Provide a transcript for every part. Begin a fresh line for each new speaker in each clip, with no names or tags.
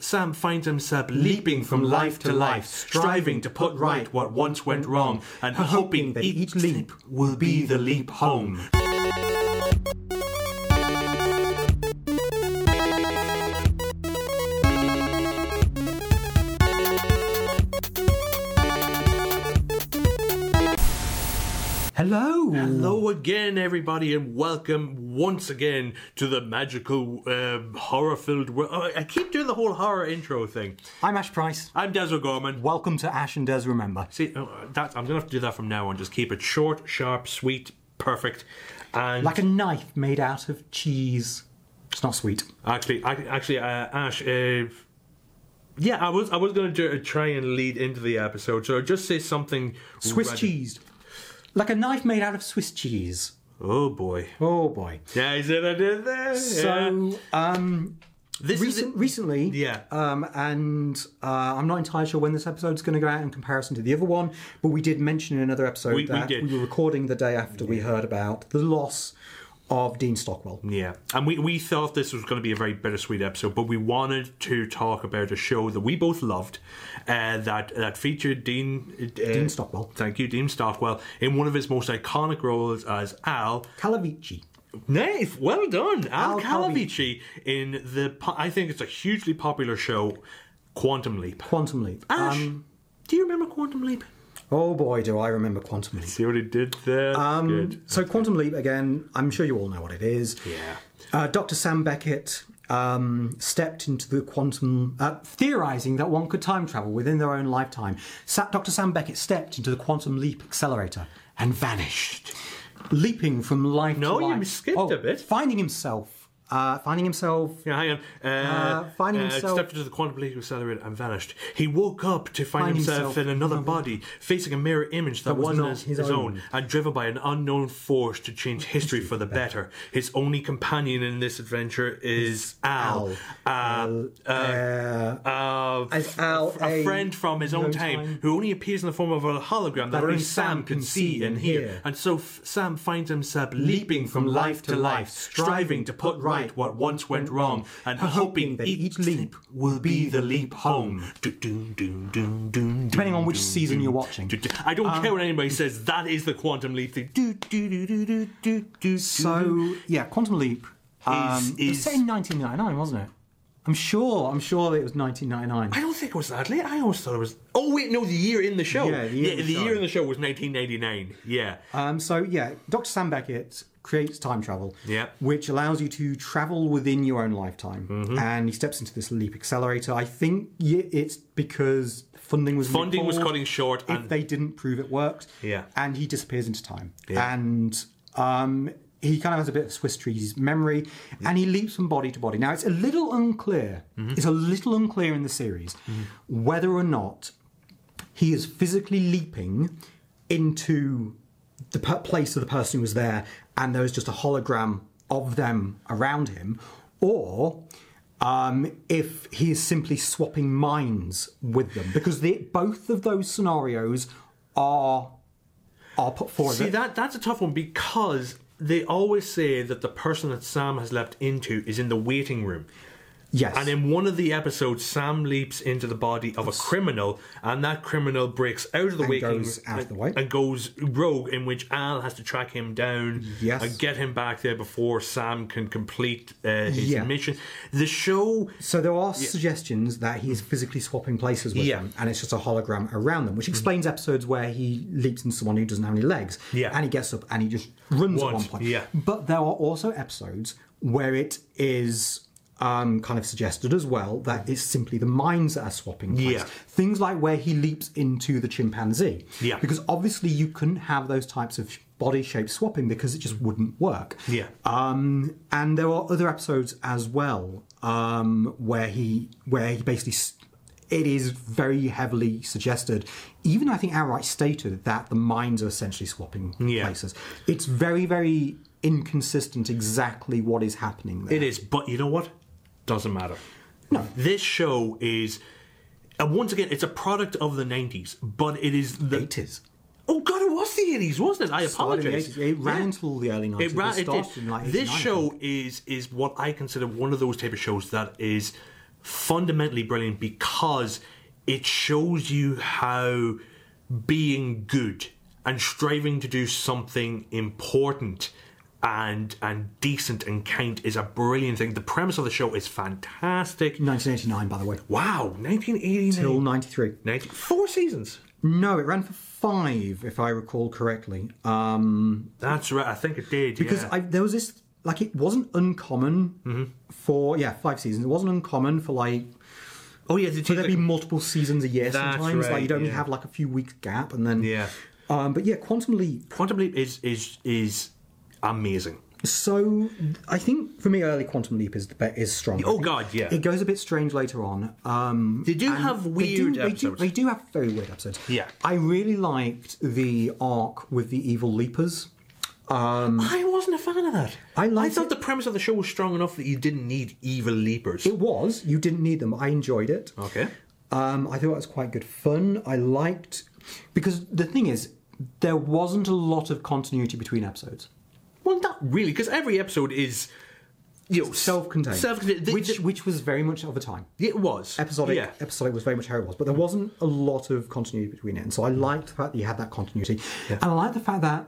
Sam finds himself leaping from life to life, striving to put right what once went wrong, and hoping that each leap will be the leap home.
Hello.
Hello again, everybody, and welcome once again to the magical, uh, horror filled world. Oh, I keep doing the whole horror intro thing.
I'm Ash Price.
I'm Des O'Gorman.
Welcome to Ash and Des Remember.
See, oh, that, I'm going to have to do that from now on. Just keep it short, sharp, sweet, perfect. And
Like a knife made out of cheese. It's not sweet.
actually, I, actually, uh, Ash, uh, yeah, I was I was going to try and lead into the episode, so just say something.
Swiss
random.
cheese. Like a knife made out of Swiss cheese.
Oh boy.
Oh boy.
Yeah, is it I did there? yeah.
So, um,
this
recent,
is
recently,
Yeah.
um, and uh, I'm not entirely sure when this episode's going to go out in comparison to the other one, but we did mention in another episode
We- we
that
did.
were recording the day after we heard about the loss of Dean Stockwell.
Yeah, and we, we thought this was going to be a very bittersweet episode, but we wanted to talk about a show that we both loved, uh, that that featured Dean uh,
Dean Stockwell.
Thank you, Dean Stockwell, in one of his most iconic roles as Al.
Calavici.
Nice, well done, Al,
Al
Calavici in the. po- I think it's a hugely popular show, Quantum Leap.
Quantum Leap.
Ash,
Um,
do you remember Quantum Leap?
oh boy, do I remember Quantum Leap.
See what he did there.
Um,
Good.
So, Quantum Leap, again, I'm sure you all know what it is.
Mm. Yeah.
Uh, Dr. Sam Beckett um, stepped into the quantum, uh, theorizing that one could time travel within their own lifetime. Sa- Dr. Sam Beckett stepped into the quantum leap accelerator and vanished, leaping from life
No,
to
you
life.
skipped
Oh,
a bit.
Finding himself. Uh, finding himself.
Yeah, hang on. Uh,
Uh, finding himself-
stepped into the quantum leap accelerator and vanished. He woke up to find,
Find
himself,
himself
in another body, facing a mirror image that,
was
wasn't
not
his,
his
his own.
own.
and driven by an unknown force to change history for the better. His only companion in this adventure is Al. Al. Uh,
Uh,
uh,
As Al,
a
a
friend from his own
no
time,
time.
who only appears in the form of a hologram that, only Sam can see and hear. And so f- Sam finds himself leaping from life to life, striving to put right what once went wrong, and hoping that each leap will be the leap home. Depending
Depending on which season you're watching.
I don't care what anybody says, that is the quantum leap thing. Do, do, do, do, do, do, do.
So, yeah, Quantum Leap. Um,
Is-
it was
is-
set in 1999, wasn't it? I'm sure. I'm sure it was 1999.
I don't think it was that late. I always thought it was. Oh wait, no, the year in the show.
Yeah, the year in the show.
in the show was 1999. Yeah,
Um, so yeah, Dr. Sam Beckett creates time travel,
Yeah.
which allows you to travel within your own lifetime.
Mm-hmm.
And he steps into this leap accelerator. I think ye- it's because funding was moved
funding was
forward
cutting short,
If
and
they didn't prove it worked,
Yeah.
and he disappears into time, and um, he kind of has a bit of Swiss cheese memory, and he leaps from body to body. Now it's a little unclear.
Mm-hmm.
It's a little unclear in the series whether or not he is physically leaping into the per- place of the person who was there, and there is just a hologram of them around him, or um, if he is simply swapping minds with them, because the, both of those scenarios are are put forward.
see that that's a tough one because they always say that the person that Sam has leapt into is in the waiting room.
yes,
And in one of the episodes, Sam leaps into the body of a criminal, and that criminal breaks out of the
And
waking
goes out of
and-
the way.
and goes rogue. In which Al has to track him down
Yes.
and get him back there before Sam can complete uh, his
Yeah.
mission. The show
So there are suggestions that he is physically swapping places with
Yeah.
them, and it's just a hologram around them, which explains episodes where he leaps into someone who doesn't have any legs,
Yeah.
and he gets up and he just runs at
Once,
one point.
yeah.
But there are also episodes where it is um, kind of suggested as well that it's simply the minds that are swapping place.
Yeah.
Things like where he leaps into the chimpanzee.
Yeah.
Because obviously you couldn't have those types of body shape swapping because it just wouldn't work.
Yeah.
Um, and there are other episodes as well um, where he where he basically s- it is very heavily suggested, even I think outright stated that the minds are essentially swapping
Yeah.
places. It's very very inconsistent exactly what is happening there.
It is, but you know what? Doesn't matter.
No.
This show is, and once again, it's a product of the 90s, but it is the.
80s.
Oh, God, it was the 80s, wasn't it? I
Started in the
apologize.
80s. It ran
Yeah.
until the early 90s.
It ran, it
started
did.
in like
this
89, I
show is is what I consider one of those type of shows that is fundamentally brilliant because it shows you how being good and striving to do something important and and decent and kind is a brilliant thing. The premise of the show is fantastic.
1989, by the way.
Wow, 1989.
Till 93.
19 four seasons.
No, it ran for five, if I recall correctly.
That's right. I think it did.
because
yeah. Mm-hmm.
I, there was this like it wasn't uncommon for yeah five seasons. It wasn't uncommon for like
oh yeah, did
for there to be multiple seasons a year
That's
sometimes.
right,
like you'd only
yeah.
have like a few weeks gap and then
Yeah.
Um, but yeah, Quantum Leap.
Quantum Leap is is is amazing.
So I think for me, early Quantum Leap is the be- is strong.
Oh, God, yeah.
It goes a bit strange later on. Um,
They do
and
have
they do-
weird
they do,
episodes.
They do, have very weird episodes.
Yeah.
I really liked the arc with the evil leapers.
I wasn't a fan of that.
I liked
thought the premise of the show was strong enough that you didn't need evil leapers.
It was you didn't need them. I enjoyed it.
okay.
Um, I thought it was quite good fun. I liked because the thing is, there wasn't a lot of continuity between episodes.
Well, not really, because every episode is, you know,
Self-contained,
Self-contained. The-
which
the-
which was very much of a time.
it was
Episodic,
Yeah.
episodic was very much how it was, but there wasn't a lot of continuity between it, and so I liked the fact that you had that continuity, and I liked the fact that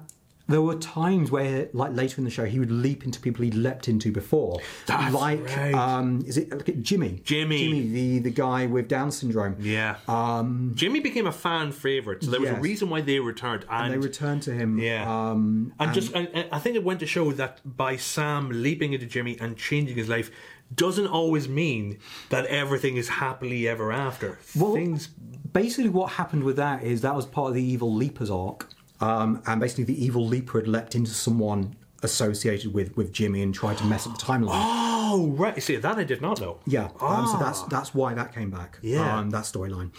there were times where, like later in the show, he would leap into people he'd leapt into before,
That's
like
right.
um, is it look at Jimmy,
Jimmy.
Jimmy, the the guy with Down syndrome,
Yeah. Um, Jimmy became a fan favorite, so there was a
Yes.
reason why they returned. And,
they returned to him,
yeah. and, just, and, and I think it went to show that by Sam leaping into Jimmy and changing his life doesn't always mean that everything is happily ever after.
Well,
Things.
basically, what happened with that is that was part of the evil leaper's arc, um, and basically the evil leaper had leapt into someone associated with with Jimmy and tried to mess up the timeline.
Oh right, see that I did not know.
yeah, um, so that's that's why that came back.
Ah. Yeah.
um, that storyline.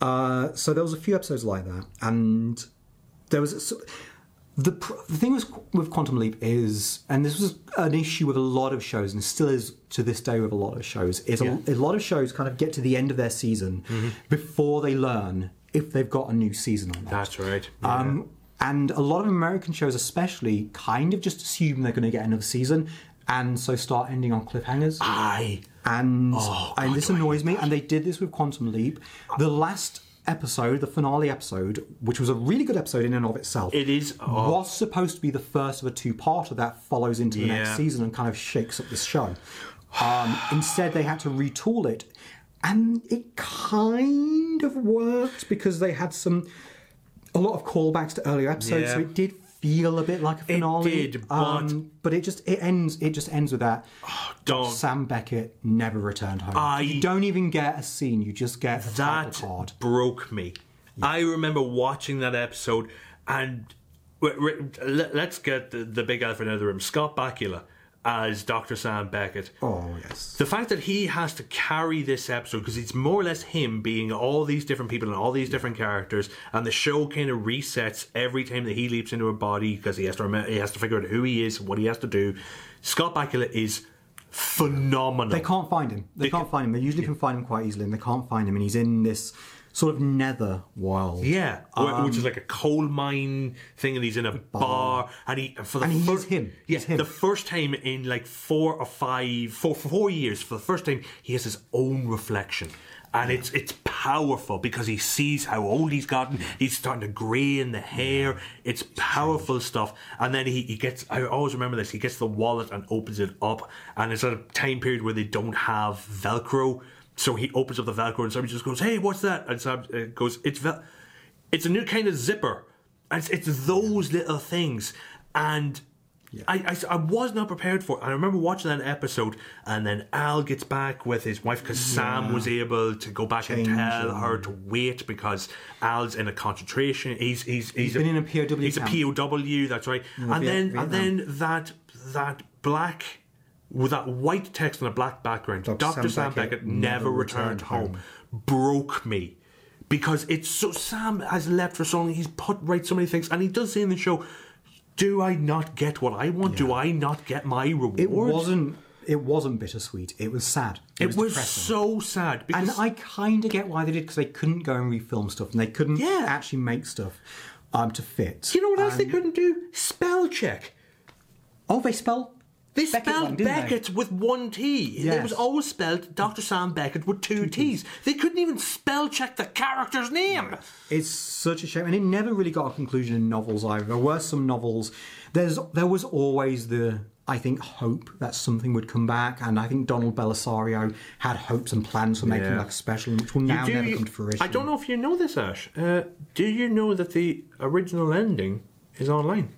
Uh, so there was a few episodes like that, and there was. so the, pr- the thing was with Quantum Leap is, and this was an issue with a lot of shows, and still is to this day with a lot of shows, is a-
Yeah. Mm-hmm.
a, lot of shows kind of get to the end of their season before they learn if they've got a new season or not.
That's right.
Um, and a lot of American shows, especially, kind of just assume they're going to get another season, and so start ending on cliffhangers.
I
And and this
Oh, do I
annoys me. And they did this with Quantum Leap. The last episode, the finale episode, which was a really good episode in and of itself,
It is- oh.
was supposed to be the first of a two-parter that follows into the
Yeah.
next season and kind of shakes up the show. Um, instead, they had to retool it, and it kind of worked because they had some a lot of callbacks to earlier episodes, so
Yeah.
it did feel a bit like a finale. um,
did, but-
but it just it ends it just ends with that.
don't.
Sam Beckett never returned home.
Oh. I-
You don't even get a scene. You just get a title
that
card.
broke me. I remember watching that episode, and w- w- let- let's get the, the big elephant out of the room. Scott Bakula as Dr. Sam Beckett.
Oh yes.
The fact that he has to carry this episode because it's more or less him being all these different people and all these different characters, and the show kind of resets every time that he leaps into a body because he has to remember, he has to figure out who he is, what he has to do. Scott Bakula is phenomenal.
They can't find him. They, can't find him. They usually can find him quite easily, and they can't find him. And he's in this sort of nether world.
Yeah, wh- which is like a coal mine thing, and he's in a bar, and he and for the
And he's
first
him.
yeah,
He's him.
the first time in like four or five, four four years, for the first time, he has his own reflection, and it's it's powerful because he sees how old he's gotten. He's starting to grey in the hair. It's powerful stuff, and then he, he gets. I always remember this. He gets the wallet and opens it up, and it's at a time period where they don't have Velcro. So he opens up the Velcro and somebody just goes, "Hey, what's that?" And Sam uh, goes, "It's Vel." it's a new kind of zipper. It's, it's those little things. And I, I s- I was not prepared for it. I remember watching that episode, and then Al gets back with his wife because Sam was able to go back
Change
and tell
and-
her to wait because Al's in a concentration. He's he's he's,
been in a POW
He's
camp.
a POW. That's right. and then
Viet- Vietnam.
and then that that black. With that white text on a black background, Dr. Sam, Beckett, never returned, home. Broke me because it's so Sam has left for so long. He's put right so many things, and he does say in the show, "Do I not get what I want? Do I not get my reward?"
It wasn't. It wasn't bittersweet. It was sad. It,
It was
depressing.
so sad because
And I kind of get why they did because they couldn't go and refilm stuff, and they couldn't
Yeah.
actually make stuff um, to fit.
you know what else they couldn't do? Spell check.
Oh, they spell
They
Beckett
spelled
one, didn't they?
Beckett with one T. It
Yes.
was always spelled Dr. Sam Beckett with two T's. They couldn't even spell check the character's name.
It's such a shame, and it never really got a conclusion in novels either. There were some novels. There's there was always the I think hope that something would come back, and I think Donald Belisario had hopes and plans for making
Yeah.
like a special, which will now
Do
never
you-
come to fruition.
I don't know if you know this, Ash. Uh, do you know that the original ending is online?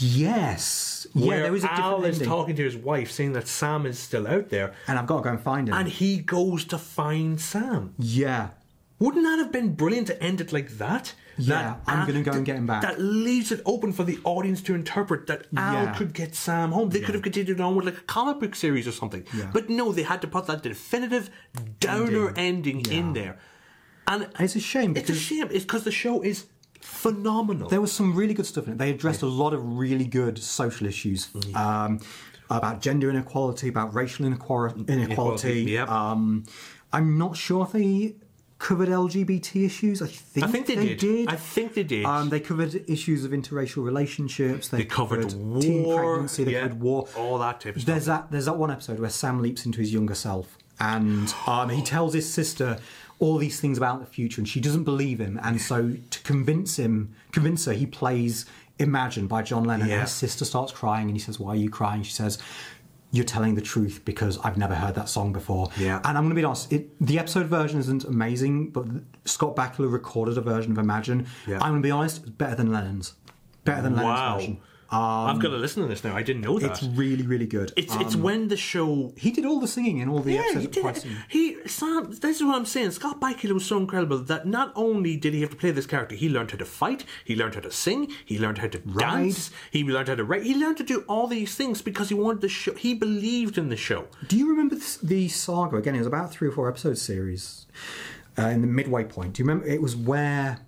Yes, yeah,
Where
there is a
Al
different
is
ending,
talking to his wife, saying that Sam is still out there,
and I've got to go and find it.
and he goes to find Sam.
yeah,
Wouldn't that have been brilliant to end it like that?
Yeah, I'm
Al-
gonna go and get him back.
That leaves it open for the audience to interpret that Al
Yeah.
could get Sam home. They could have continued on with like a comic book series or something.
Yeah.
But no, they had to put that definitive downer ending, in there. And
it's a shame
it's a
because
shame. It's because the show is phenomenal.
there was some really good stuff in it. They addressed a lot of really good social issues
Mm-hmm.
um, about gender inequality, about racial inequality. inequality
yep.
um, I'm not sure if they covered LGBT issues. I think,
I think they,
did.
did. I think they did.
um, they covered issues of interracial relationships. They,
they covered
teen
war,
pregnancy. They
yeah,
covered war.
all that type of stuff.
There's that. There's that one episode where Sam leaps into his younger self, and um, he tells his sister all these things about the future, and she doesn't believe him. And so, to convince him, convince her, he plays "Imagine" by John Lennon.
Yeah.
And his sister starts crying, and he says, "Why are you crying?" She says. You're telling the truth because I've never heard that song before.
Yeah.
And I'm going to be honest, it, the episode version isn't amazing, but Scott Bakula recorded a version of Imagine.
Yeah.
I'm going to be honest, it's better than Lennon's. Better than Lennon's
Wow.
version. Um,
I've got to listen to this now. I didn't know that.
It's really, really good.
It's it's when the show.
He did all the singing in all the
Yeah,
episodes
he
of Pride
did.
Scene.
He Sam. This is what I'm saying. Scott Bakula was so incredible that not only did he have to play this character, he learned how to fight, he learned how to sing, he learned how to dance, he learned how to write, he learned to do all these things because he wanted the show. He believed in the show.
Do you remember this, the saga? Again, it was about three or four episode series uh, in the midway point. Do you remember? It was where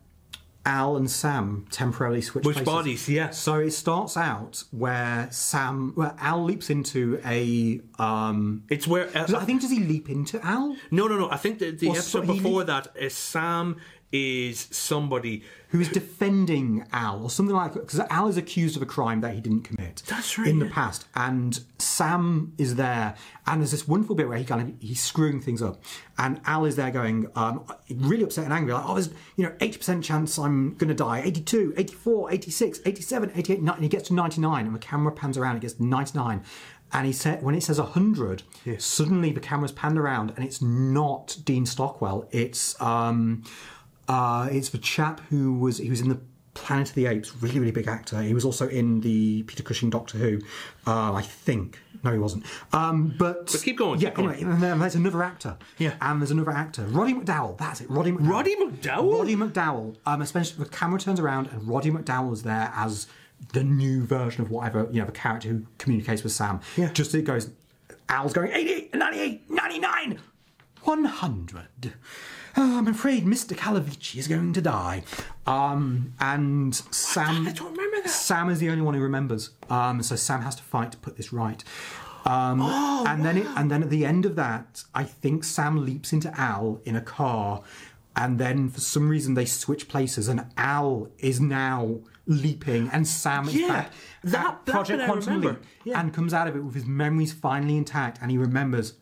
Al and Sam temporarily switch
Which
places.
bodies? Yes.
So it starts out where Sam, where Al leaps into a. Um,
It's where uh,
I think does he leap into Al?
No, no, no. I think the, the
Or so-
episode
he
before
leave-
that is Sam is somebody.
who is defending Al or something like because Al is accused of a crime that he didn't commit.
That's right,
In the
yeah.
past, and Sam is there, and there's this wonderful bit where he kind of he's screwing things up, and Al is there going um, really upset and angry, like, "Oh, there's you know 80% chance I'm going to die, 82, 84, 86, 87, 88, 90, and he gets to 99, and the camera pans around, it gets to 99. And he said, when it says 100, suddenly the camera's panned around and it's not Dean Stockwell. It's um, uh, it's the chap who was he was in the Planet of the Apes, really really big actor. He was also in the Peter Cushing Doctor Who, uh, I think. No, he wasn't. Um, but,
But keep going,
Yeah,
keep going.
anyway, and then there's another actor.
Yeah.
and there's another actor, Roddy McDowell. That's it, Roddy McDowell.
Roddy McDowell?
Roddy McDowell. Um, especially the camera turns around and Roddy McDowell is there as the new version of whatever you know, the character who communicates with Sam.
Yeah.
Just as it goes, Al's going 88, 98, 99. 100. Oh, I'm afraid Mr. Calavici is going to die. Um, and Sam.
I don't remember that.
Sam is the only one who remembers. Um, so Sam has to fight to put this right. Um,
Oh,
and then, it, and then at the end of that, I think Sam leaps into Al in a car, and then for some reason they switch places, and Al is now leaping, and Sam is
Yeah,
back.
that-
at
that bit I remember. Yeah.
and comes out of it with his memories finally intact, and he remembers,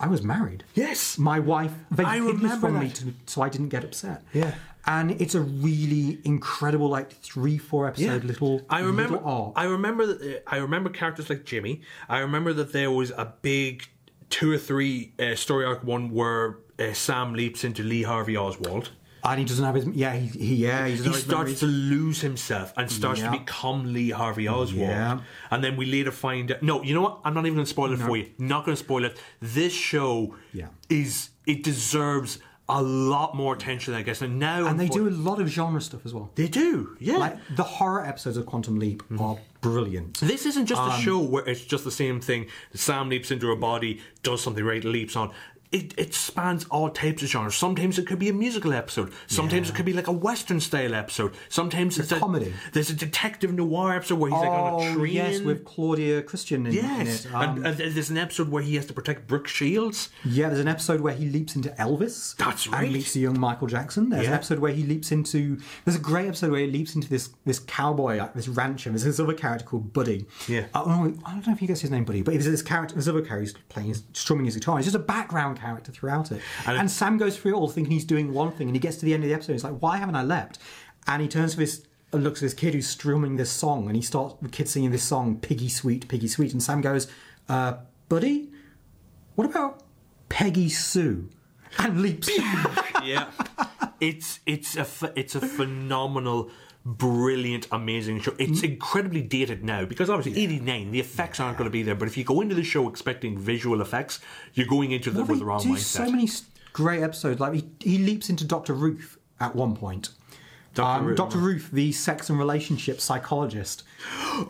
I was married.
Yes.
My wife, they
I
hid this
remember
from me
that.
to, so I didn't get upset.
Yeah.
And it's a really incredible, like three, four episode little.
I remember.
Little arc.
I remember. That, uh, I remember characters like Jimmy. I remember that there was a big two or three uh, story arc one where uh, Sam leaps into Lee Harvey Oswald.
and he doesn't have his. Yeah, he, he yeah, he doesn't
He
have his
starts to
memories.
lose himself and starts
Yeah.
to become Lee Harvey Oswald.
Yeah.
And then we later find out. No, you know what? I'm not even going to spoil it for you. Not going to spoil it. This show
Yeah.
is. It deserves a lot more attention, I guess. And now.
And they
unfor-
do a lot of genre stuff as well.
They do, yeah.
Like the horror episodes of Quantum Leap
Mm.
are brilliant.
This
Um,
isn't just a show where it's just the same thing. Sam leaps into a body, does something right, leaps on. it, it spans all types of genres. Sometimes it could be a musical episode. Sometimes it could be like a western style episode. Sometimes it's, a
comedy.
There's a detective noir episode where he's like on a
Oh,
train.
yes, with Claudia Christian in, in
Yes,
it. Um,
and, and there's an episode where he has to protect Brooke Shields.
Yeah, there's an episode where he leaps into Elvis.
That's right.
And meets a young Michael Jackson. There's an
Yeah.
episode where he leaps into. There's a great episode where he leaps into this this cowboy, like this rancher. There's this other character called Buddy.
Yeah.
Uh, oh, I don't know if he gets his name Buddy, but there's this character, this other character who's playing, his, strumming his guitar. He's just a background character throughout it. And, Sam goes through it all thinking he's doing one thing, and he gets to the end of the episode. He's like, "Why haven't I leapt?" And he turns to this. And looks at this kid who's strumming this song, and he starts the kid singing this song, "Piggy Sweet, Piggy Sweet," and Sam goes, uh, "Buddy, what about Peggy Sue? And leaps.
yeah, it's it's a ph- it's a phenomenal, brilliant, amazing show. It's
Mm.
incredibly dated now because obviously eighty nine, the effects aren't going to be there. But if you go into the show expecting visual effects, you're going into the, with the wrong
They do
mindset.
so many s- great episodes. Like he, he leaps into Doctor Ruth at one point.
Dr. Ruth.
Dr. Ruth, the sex and relationship psychologist.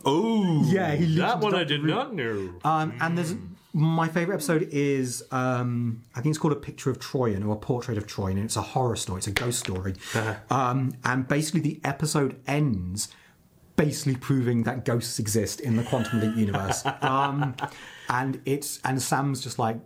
oh,
Yeah, he leaps
that
into
one I
Dr.
did not know.
Um, And there's
Mm.
my favorite episode is um, I think it's called a picture of Troyan or a portrait of Troyan, and it's a horror story. It's a ghost story.
Uh-huh.
um, and basically, the episode ends basically proving that ghosts exist in the quantum leap universe. um, and it's and Sam's just like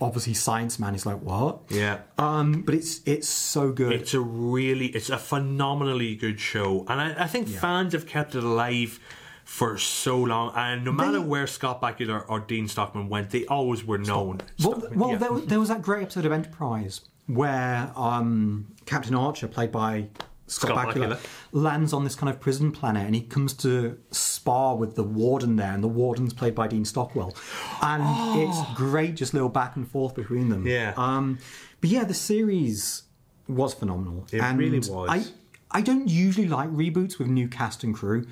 obviously science man. He's like what?
Yeah.
Um, but it's it's so good.
It's a really, it's a phenomenally good show, and I, I think fans have kept it alive for so long. And no matter where Scott Bakula or, or Dean Stockman went, they always were known.
Well,
Stockman,
well
yeah.
there, was- there was that great episode of Enterprise where um, Captain Archer, played by Scott,
Scott
Bakula,
Bakula.
lands on this kind of prison planet and he comes to spar with the warden there, and the warden's played by Dean Stockwell. And it's great, just little back and forth between them.
Oh. Yeah.
Um, but yeah, the series was phenomenal. It
really was.
I, I don't usually like reboots with new cast and crew,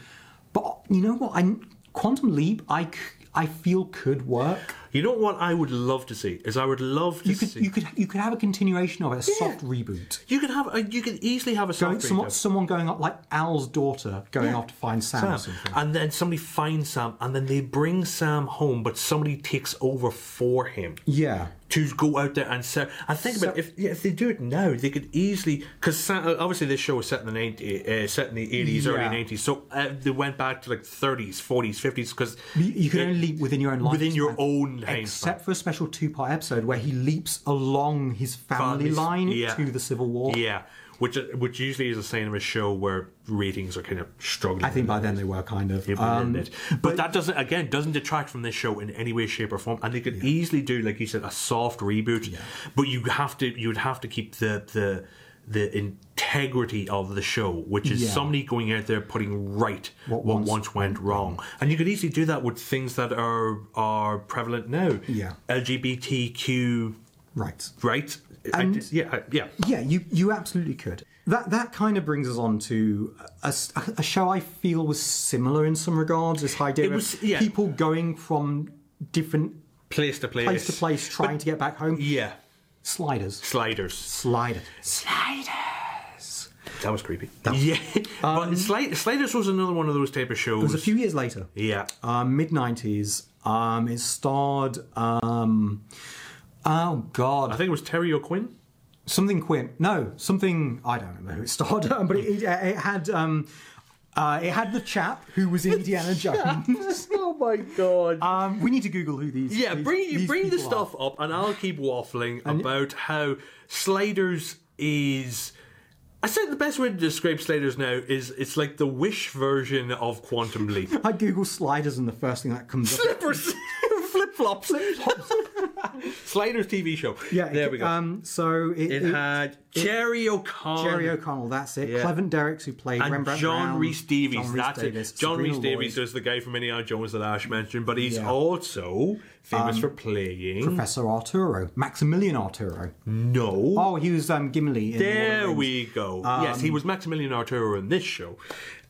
but you know what? I, Quantum Leap, I, c- I feel could work.
You know what I would love to see is I would love to
You could,
see
you could you could have a continuation of it, a soft reboot.
You could have a, you could easily have a
Going,
soft
someone, someone going up like Al's daughter going off to find Sam, or
Sam,
something.
and then somebody finds Sam, and then they bring Sam home, but somebody takes over for him
Yeah.
to go out there and sell. And think about it, if yeah, if they do it now, they could easily because obviously this show was set in the 90, uh, set in the eighties, early
Yeah.
nineties, so uh, they went back to like thirties, forties, fifties because
You, you could only leap within your own life.
within your own lifespan.
Except for a special two part episode where he leaps along his family
Family's-
line
yeah.
to the Civil War.
Yeah, which uh, which usually is a sign of a show where ratings are kind of struggling.
I think by then they were kind of.
it
um,
within it. But, that doesn't again doesn't detract from this show in any way, shape, or form. And they could easily do, like you said, a soft reboot. But you have to you would have to keep the the the integrity of the show, which is
Yeah.
somebody going out there putting right what, once,
once
went wrong. And you could easily do that with things that are are prevalent now.
Yeah.
LGBTQ
right.
rights. I
And-
did- yeah, I- yeah.
Yeah, you, you absolutely could. That that kind of brings us on to a, s- a show I feel was similar in some regards. This idea
was-
of
yeah.
people going from different
Place to place.
place to place trying to get back home.
Yeah.
Sliders.
Sliders.
Slider.
That was creepy. yeah. but Sli- Sliders was another one of those type of shows.
It Um, was a few years later,
Yeah.
uh, mid 90s. Um, it starred, um, oh
I
God,
think it was Terry O'Quinn.
something Quinn. No, something, I don't remember who it starred, um, but it, it, it had. Um, uh, it had the chap who was Indiana Jones.
oh my god.
um, we need to Google who these.
yeah,
these-
bring you
these
bring the
people are.
stuff up and I'll keep waffling about how Sliders is I said the best way to describe Sliders now is it's like the wish version of Quantum Leap.
I Google sliders, and the first thing that comes up.
Flippers flip flops. Sliders TV show.
Yeah,
There we go.
Um, so it,
it
it-
had Jerry O'Connor.
Jerry O'Connell, that's it.
Yeah.
Clevin Derricks, who played
and
Rembrandt
John
Brown,
Reese Davies.
John Rhys
that's
Davies,
it. John
Sabrina
Reese Davies
Lloyd,
is the guy from Indiana Jones that Ash mentioned, but he's
Yeah. Um,
also famous for playing.
Professor Arturo, Maximilian Arturo.
no.
Oh, he was um, Gimli. In Lord
Mm. There
of the Rings.
we go. yes, he was Maximilian Arturo in this show.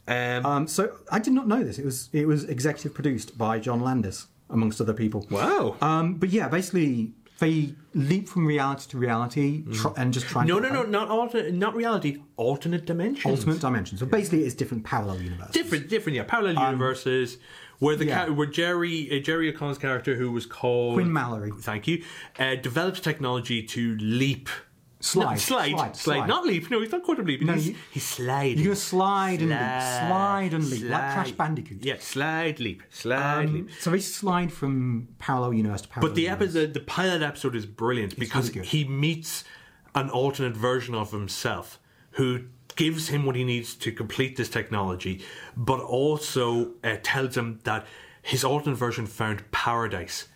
Um,
Um, so I did not know this. It was it was executive produced by John Landis, amongst other people.
wow.
Um, but yeah, basically they leap from reality to reality tr- and just try.
Mm. No,
and
no, no, not alternate, not reality. Alternate dimensions.
Ultimate dimension. So basically, it's different parallel universes.
different, different. Yeah, parallel universes. Where the
Um, yeah.
ca- where Jerry uh, Jerry O'Connor's character, who was called
Quinn Mallory.
thank you, uh, develops technology to leap.
Slide,
No, slide,
slide,
slide,
slide.
Not leap. No, he's not quite a leap.
No,
he's,
you-
he's sliding.
You're gonna slide and leap, slide and leap, like
slide.
Crash Bandicoot.
Yeah, slide, leap, slide, leap.
Um, so they slide from parallel universe to parallel.
But the
universe.
episode, the pilot episode is brilliant because
really good.
he meets an alternate version of himself who gives him what he needs to complete this technology, but also uh, tells him that his alternate version found paradise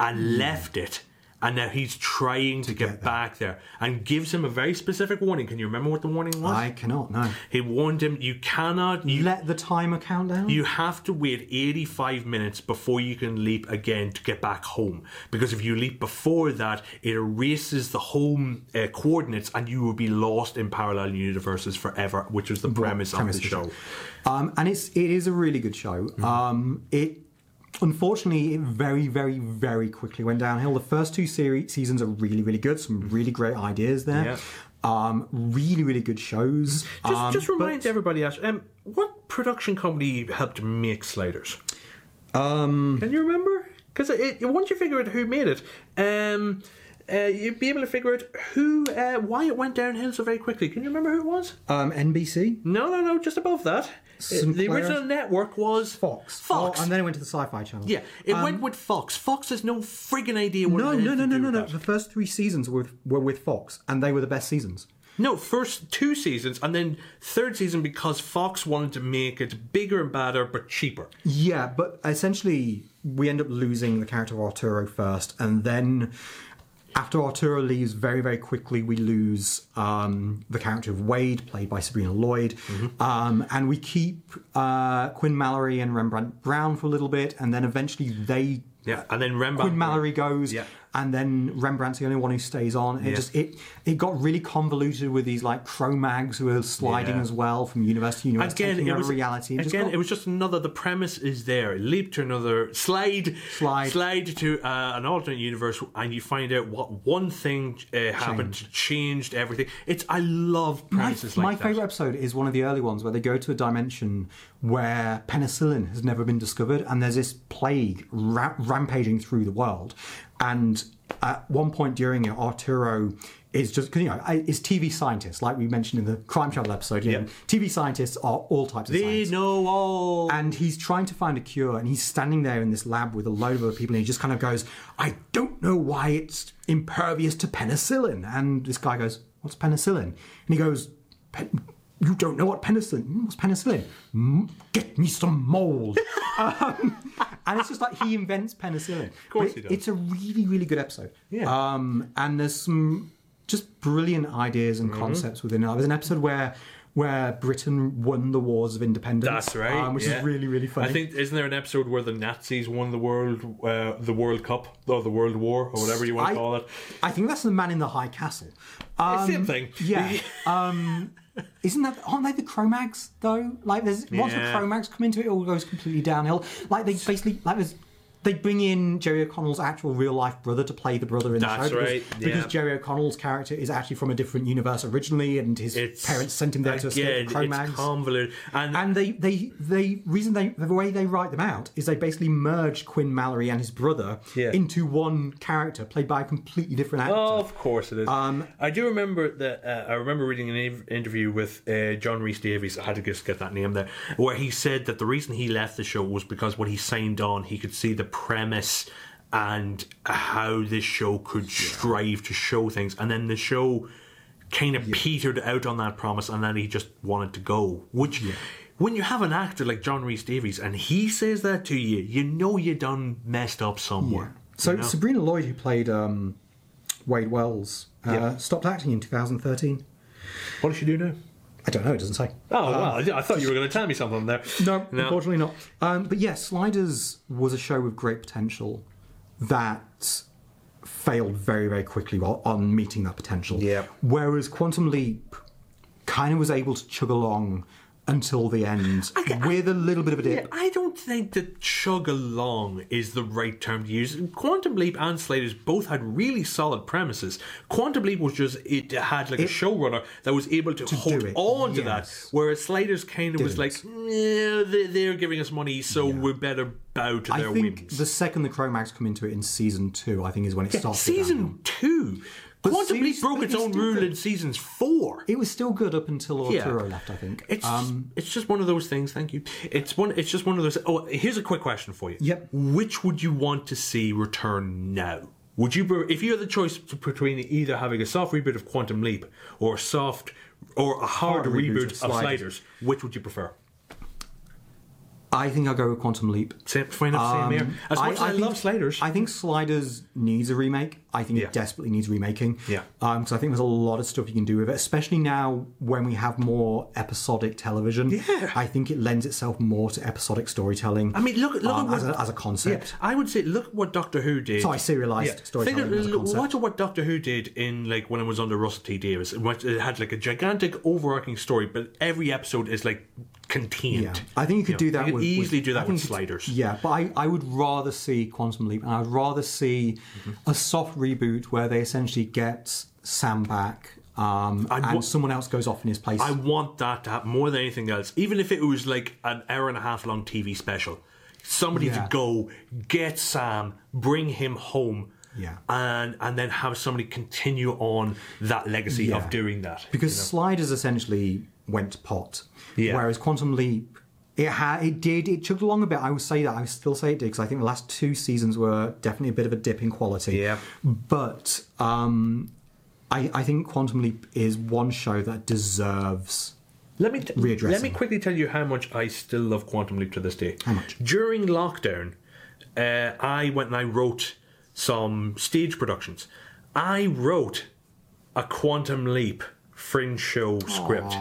and left it. And now he's trying to, get,
Hmm. get there.
back there and gives him a very specific warning. Can you remember what the warning was?
I cannot no.
he warned him, you cannot, you
Let the timer count down.
you have to wait 85 minutes before you can leap again to get back home. Because if you leap before that, it erases the home uh, coordinates and you will be lost in parallel universes forever, which was the premise,
premise
of the
of the
show.
Um, and it's it is a really good show.
Mm-hmm.
Um, it unfortunately it very very very quickly went downhill. The first two series seasons are really really good. Some really great ideas there.
Mm-hmm. Yeah.
Um, really really good shows.
Just,
Um,
just remind everybody, Ash, um, what production company helped make Sliders? Um, can you remember? Because it, it- once you figure out who made it, um, uh, you'd be able to figure out who, uh, why it went downhill so very quickly. Can you remember who it was?
um, NBC.
No, no, no, just above that. The
Sinclair-
original network was
Fox.
Fox.
Oh, and then it went to the Sci Fi Channel.
yeah, it went with Fox. Fox has no friggin' idea what
Um, No,
it had
no,
to
no, no,
do
no,
with
no.
that.
The first three seasons were were with Fox, and they were the best seasons.
No, first two seasons and then third season because Fox wanted to make it bigger and badder but cheaper.
Yeah, but essentially, we end up losing the character of Arturo first, and then after Arturo leaves, very, very quickly, we lose um, the character of Wade, played by Sabrina Lloyd,
Mm-hmm.
um, and we keep uh, Quinn Mallory and Rembrandt Brown for a little bit, and then eventually they.
Yeah, and then Rembrandt.
Quinn Mallory goes,
Yeah.
and then Rembrandt's the only one who stays on. It
Yeah.
just it it got really convoluted with these like Cro-Mags who are sliding
Yeah.
as well from universe to universe,
Again,
taking
it
over
was
reality. and just
again,
got-
it was just another. The premise is there: leap to another, slide,
Slide.
slide to uh, an alternate universe, and you find out what one thing uh, happened to changed everything. It's I love premises
my,
like
my
that.
favorite episode is one of the early ones where they go to a dimension where penicillin has never been discovered and there's this plague ra- rampaging through the world and at one point during it arturo is just 'cause, you know I- it's tv scientists like we mentioned in the crime travel episode you know, tv scientists are all types of
They
scientists
know all.
and he's trying to find a cure and he's standing there in this lab with a load of other people and he just kind of goes i don't know why it's impervious to penicillin and this guy goes what's penicillin and he goes "Pen- you don't know what penicillin "Mm, what's penicillin "Mm, get me some mold um, and it's just like he invents penicillin of
course he does.
it's a really really good episode
Yeah.
um, and there's some just brilliant ideas
Mm-hmm.
and concepts within it. There was an episode where where Britain won the wars of independence.
That's right.
Um, which
yeah.
is really, really funny.
I think isn't there an episode where the Nazis won the world, uh, the World Cup or the World War or whatever you want to
I-
call it?
I think that's the man in the high castle. Um,
Same thing.
Yeah. um, isn't that aren't they the Cro-Mags though? Like there's once the
Yeah.
Cro-Mags come into it, it all goes completely downhill. Like they basically like there's they bring in Jerry O'Connell's actual real life brother to play the brother in
That's
the show because,
right, yeah.
because Jerry O'Connell's character is actually from a different universe originally, and his parents sent him there to escape
again,
the
it's
Cro-Mags.
convoluted, and,
and they they they reason they the way they write them out is they basically merge Quinn Mallory and his brother
Yeah.
into one character played by a completely different actor.
Oh, of course it is. I do remember that. Uh, I remember reading an in- interview with uh, John Reese Davies. I had to just get that name there, where he said that the reason he left the show was because when he signed on, he could see the premise and how this show could strive to show things, and then the show kind of petered out on that promise, and then he just wanted to go, which. When you have an actor like John Reese Davies and he says that to you, you know you done messed up somewhere.
so
you know?
Sabrina Lloyd, who played um, Wade Wells, uh, stopped acting in 2013.
what does she do now?
I don't know. It doesn't say.
Oh wow! I- I thought you were going to tell me something there.
Uh, No, unfortunately not. Um, but yeah, Sliders was a show with great potential that failed very, very quickly while on meeting that potential.
Yeah.
Whereas Quantum Leap kind of was able to chug along until the end with a little bit of a dip.
I don't don't think that chug along is the right term to use. Quantum Leap and Slaters both had really solid premises. Quantum Leap was just it had like a showrunner that was able to, hold
do it,
on to
yes.
that, whereas Slaters kind of was like,
Didn't.
no, they- they're giving us money, so we better bow to
I
their
think
whims.
the second the Chromax come into it in season two, I think is when it starts.
season two,
But
Quantum Leap
series-
broke
but
its
it's
own
still
rule
good.
in seasons four.
It was still good up until Arturo left, I think. Um,
It's it's just one of those things. Thank you. It's one. It's just one of those. Oh, here's a quick question for you.
Yep.
Which would you want to see return now? Would you, pre- if you had the choice to- between either having a soft reboot of Quantum Leap or a soft or a hard,
Hard
reboot,
reboot
of
of
Sliders.
Sliders,
which would you prefer?
I think I'll go with Quantum Leap.
Same, same here. As much as I,
think-
love Sliders,
Um, I think Sliders needs a remake. I think
Yeah.
it desperately needs remaking.
Yeah.
Because I think there's a lot of stuff you can do with it, especially now when we have more episodic television.
Yeah.
I think it lends itself more to episodic storytelling.
I mean, look, look
um,
at what,
as, a, as a concept.
I would say look at what Doctor Who did.
Sorry, serialized storytelling
Think of-
as a
look-
concept.
Watch what Doctor Who did in like when it was under Russell T Davis. It was- it had like a gigantic overarching story, but every episode is like contained.
Yeah. I think you could do that
You could
with- with-
easily do
I
that
think
with
you could-
sliders.
Yeah, but I, I would rather see Quantum Leap and I'd rather see
Mm-hmm.
a soft reboot where they essentially get Sam back um,
I'd
and
wa-
someone else goes off in his place.
I want that to happen more than anything else. Even if it was like an hour and a half long TV special, somebody to
Yeah.
go get Sam, bring him home.
Yeah.
And and then have somebody continue on that legacy of
Yeah.
doing that.
because Sliders essentially went to pot,
Yeah.
whereas Quantum Leap. It had, it did, it chugged along a bit. I would say that. I would still say it did because I think the last two seasons were definitely a bit of a dip in quality.
Yeah.
But um, I, I think Quantum Leap is one show that deserves
Let me t-
Readdressing.
let me quickly tell you how much I still love Quantum Leap to this day. How
much?
During lockdown, uh, I went and I wrote some stage productions. I wrote a Quantum Leap fringe show script,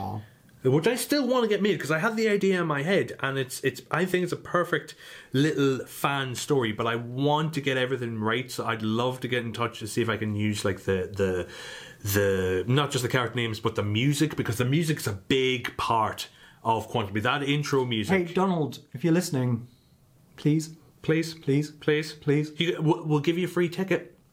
which I still want to get made because I had the idea in my head, and it's it's I think it's a perfect little fan story. But I want to get everything right, so I'd love to get in touch to see if I can use like the the the not just the character names but the music because the music's a big part of Quantum Leap. That intro
Hey,
music,
Donald, if you're listening, please,
please,
please,
please,
please.
You, we'll, we'll give you a free ticket.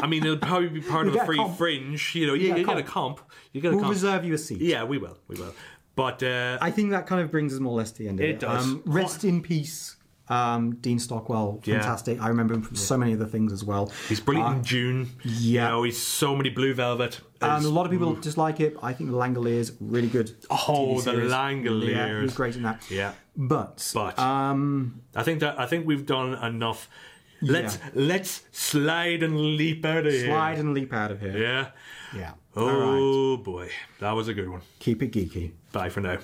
I mean, it'll probably be part
You
of a
get a
free
comp.
fringe. You know, you,
get a
you get a comp. You get a
We'll
comp.
reserve you a seat.
Yeah, we will. We will. But uh,
I think that kind of brings us more or less to the end of
It
it.
does.
Um, rest in peace, um, Dean Stockwell.
Yeah.
Fantastic. I remember him from so many other things as well.
he's brilliant in June.
Uh, yeah.
You know, he's so many Blue Velvet.
Um,
He's-
a lot of people dislike it. I think the Langoliers really good.
oh,
TV
the
series. Yeah,
Langoliers.
he's great in that.
Yeah.
But,
But-
um,
I think that I think we've done enough. Let's
Yeah.
let's slide and leap out of
slide and leap out of here.
here. Yeah.
Yeah. All right.
Oh boy, that was a good one.
Keep it geeky.
Bye for now.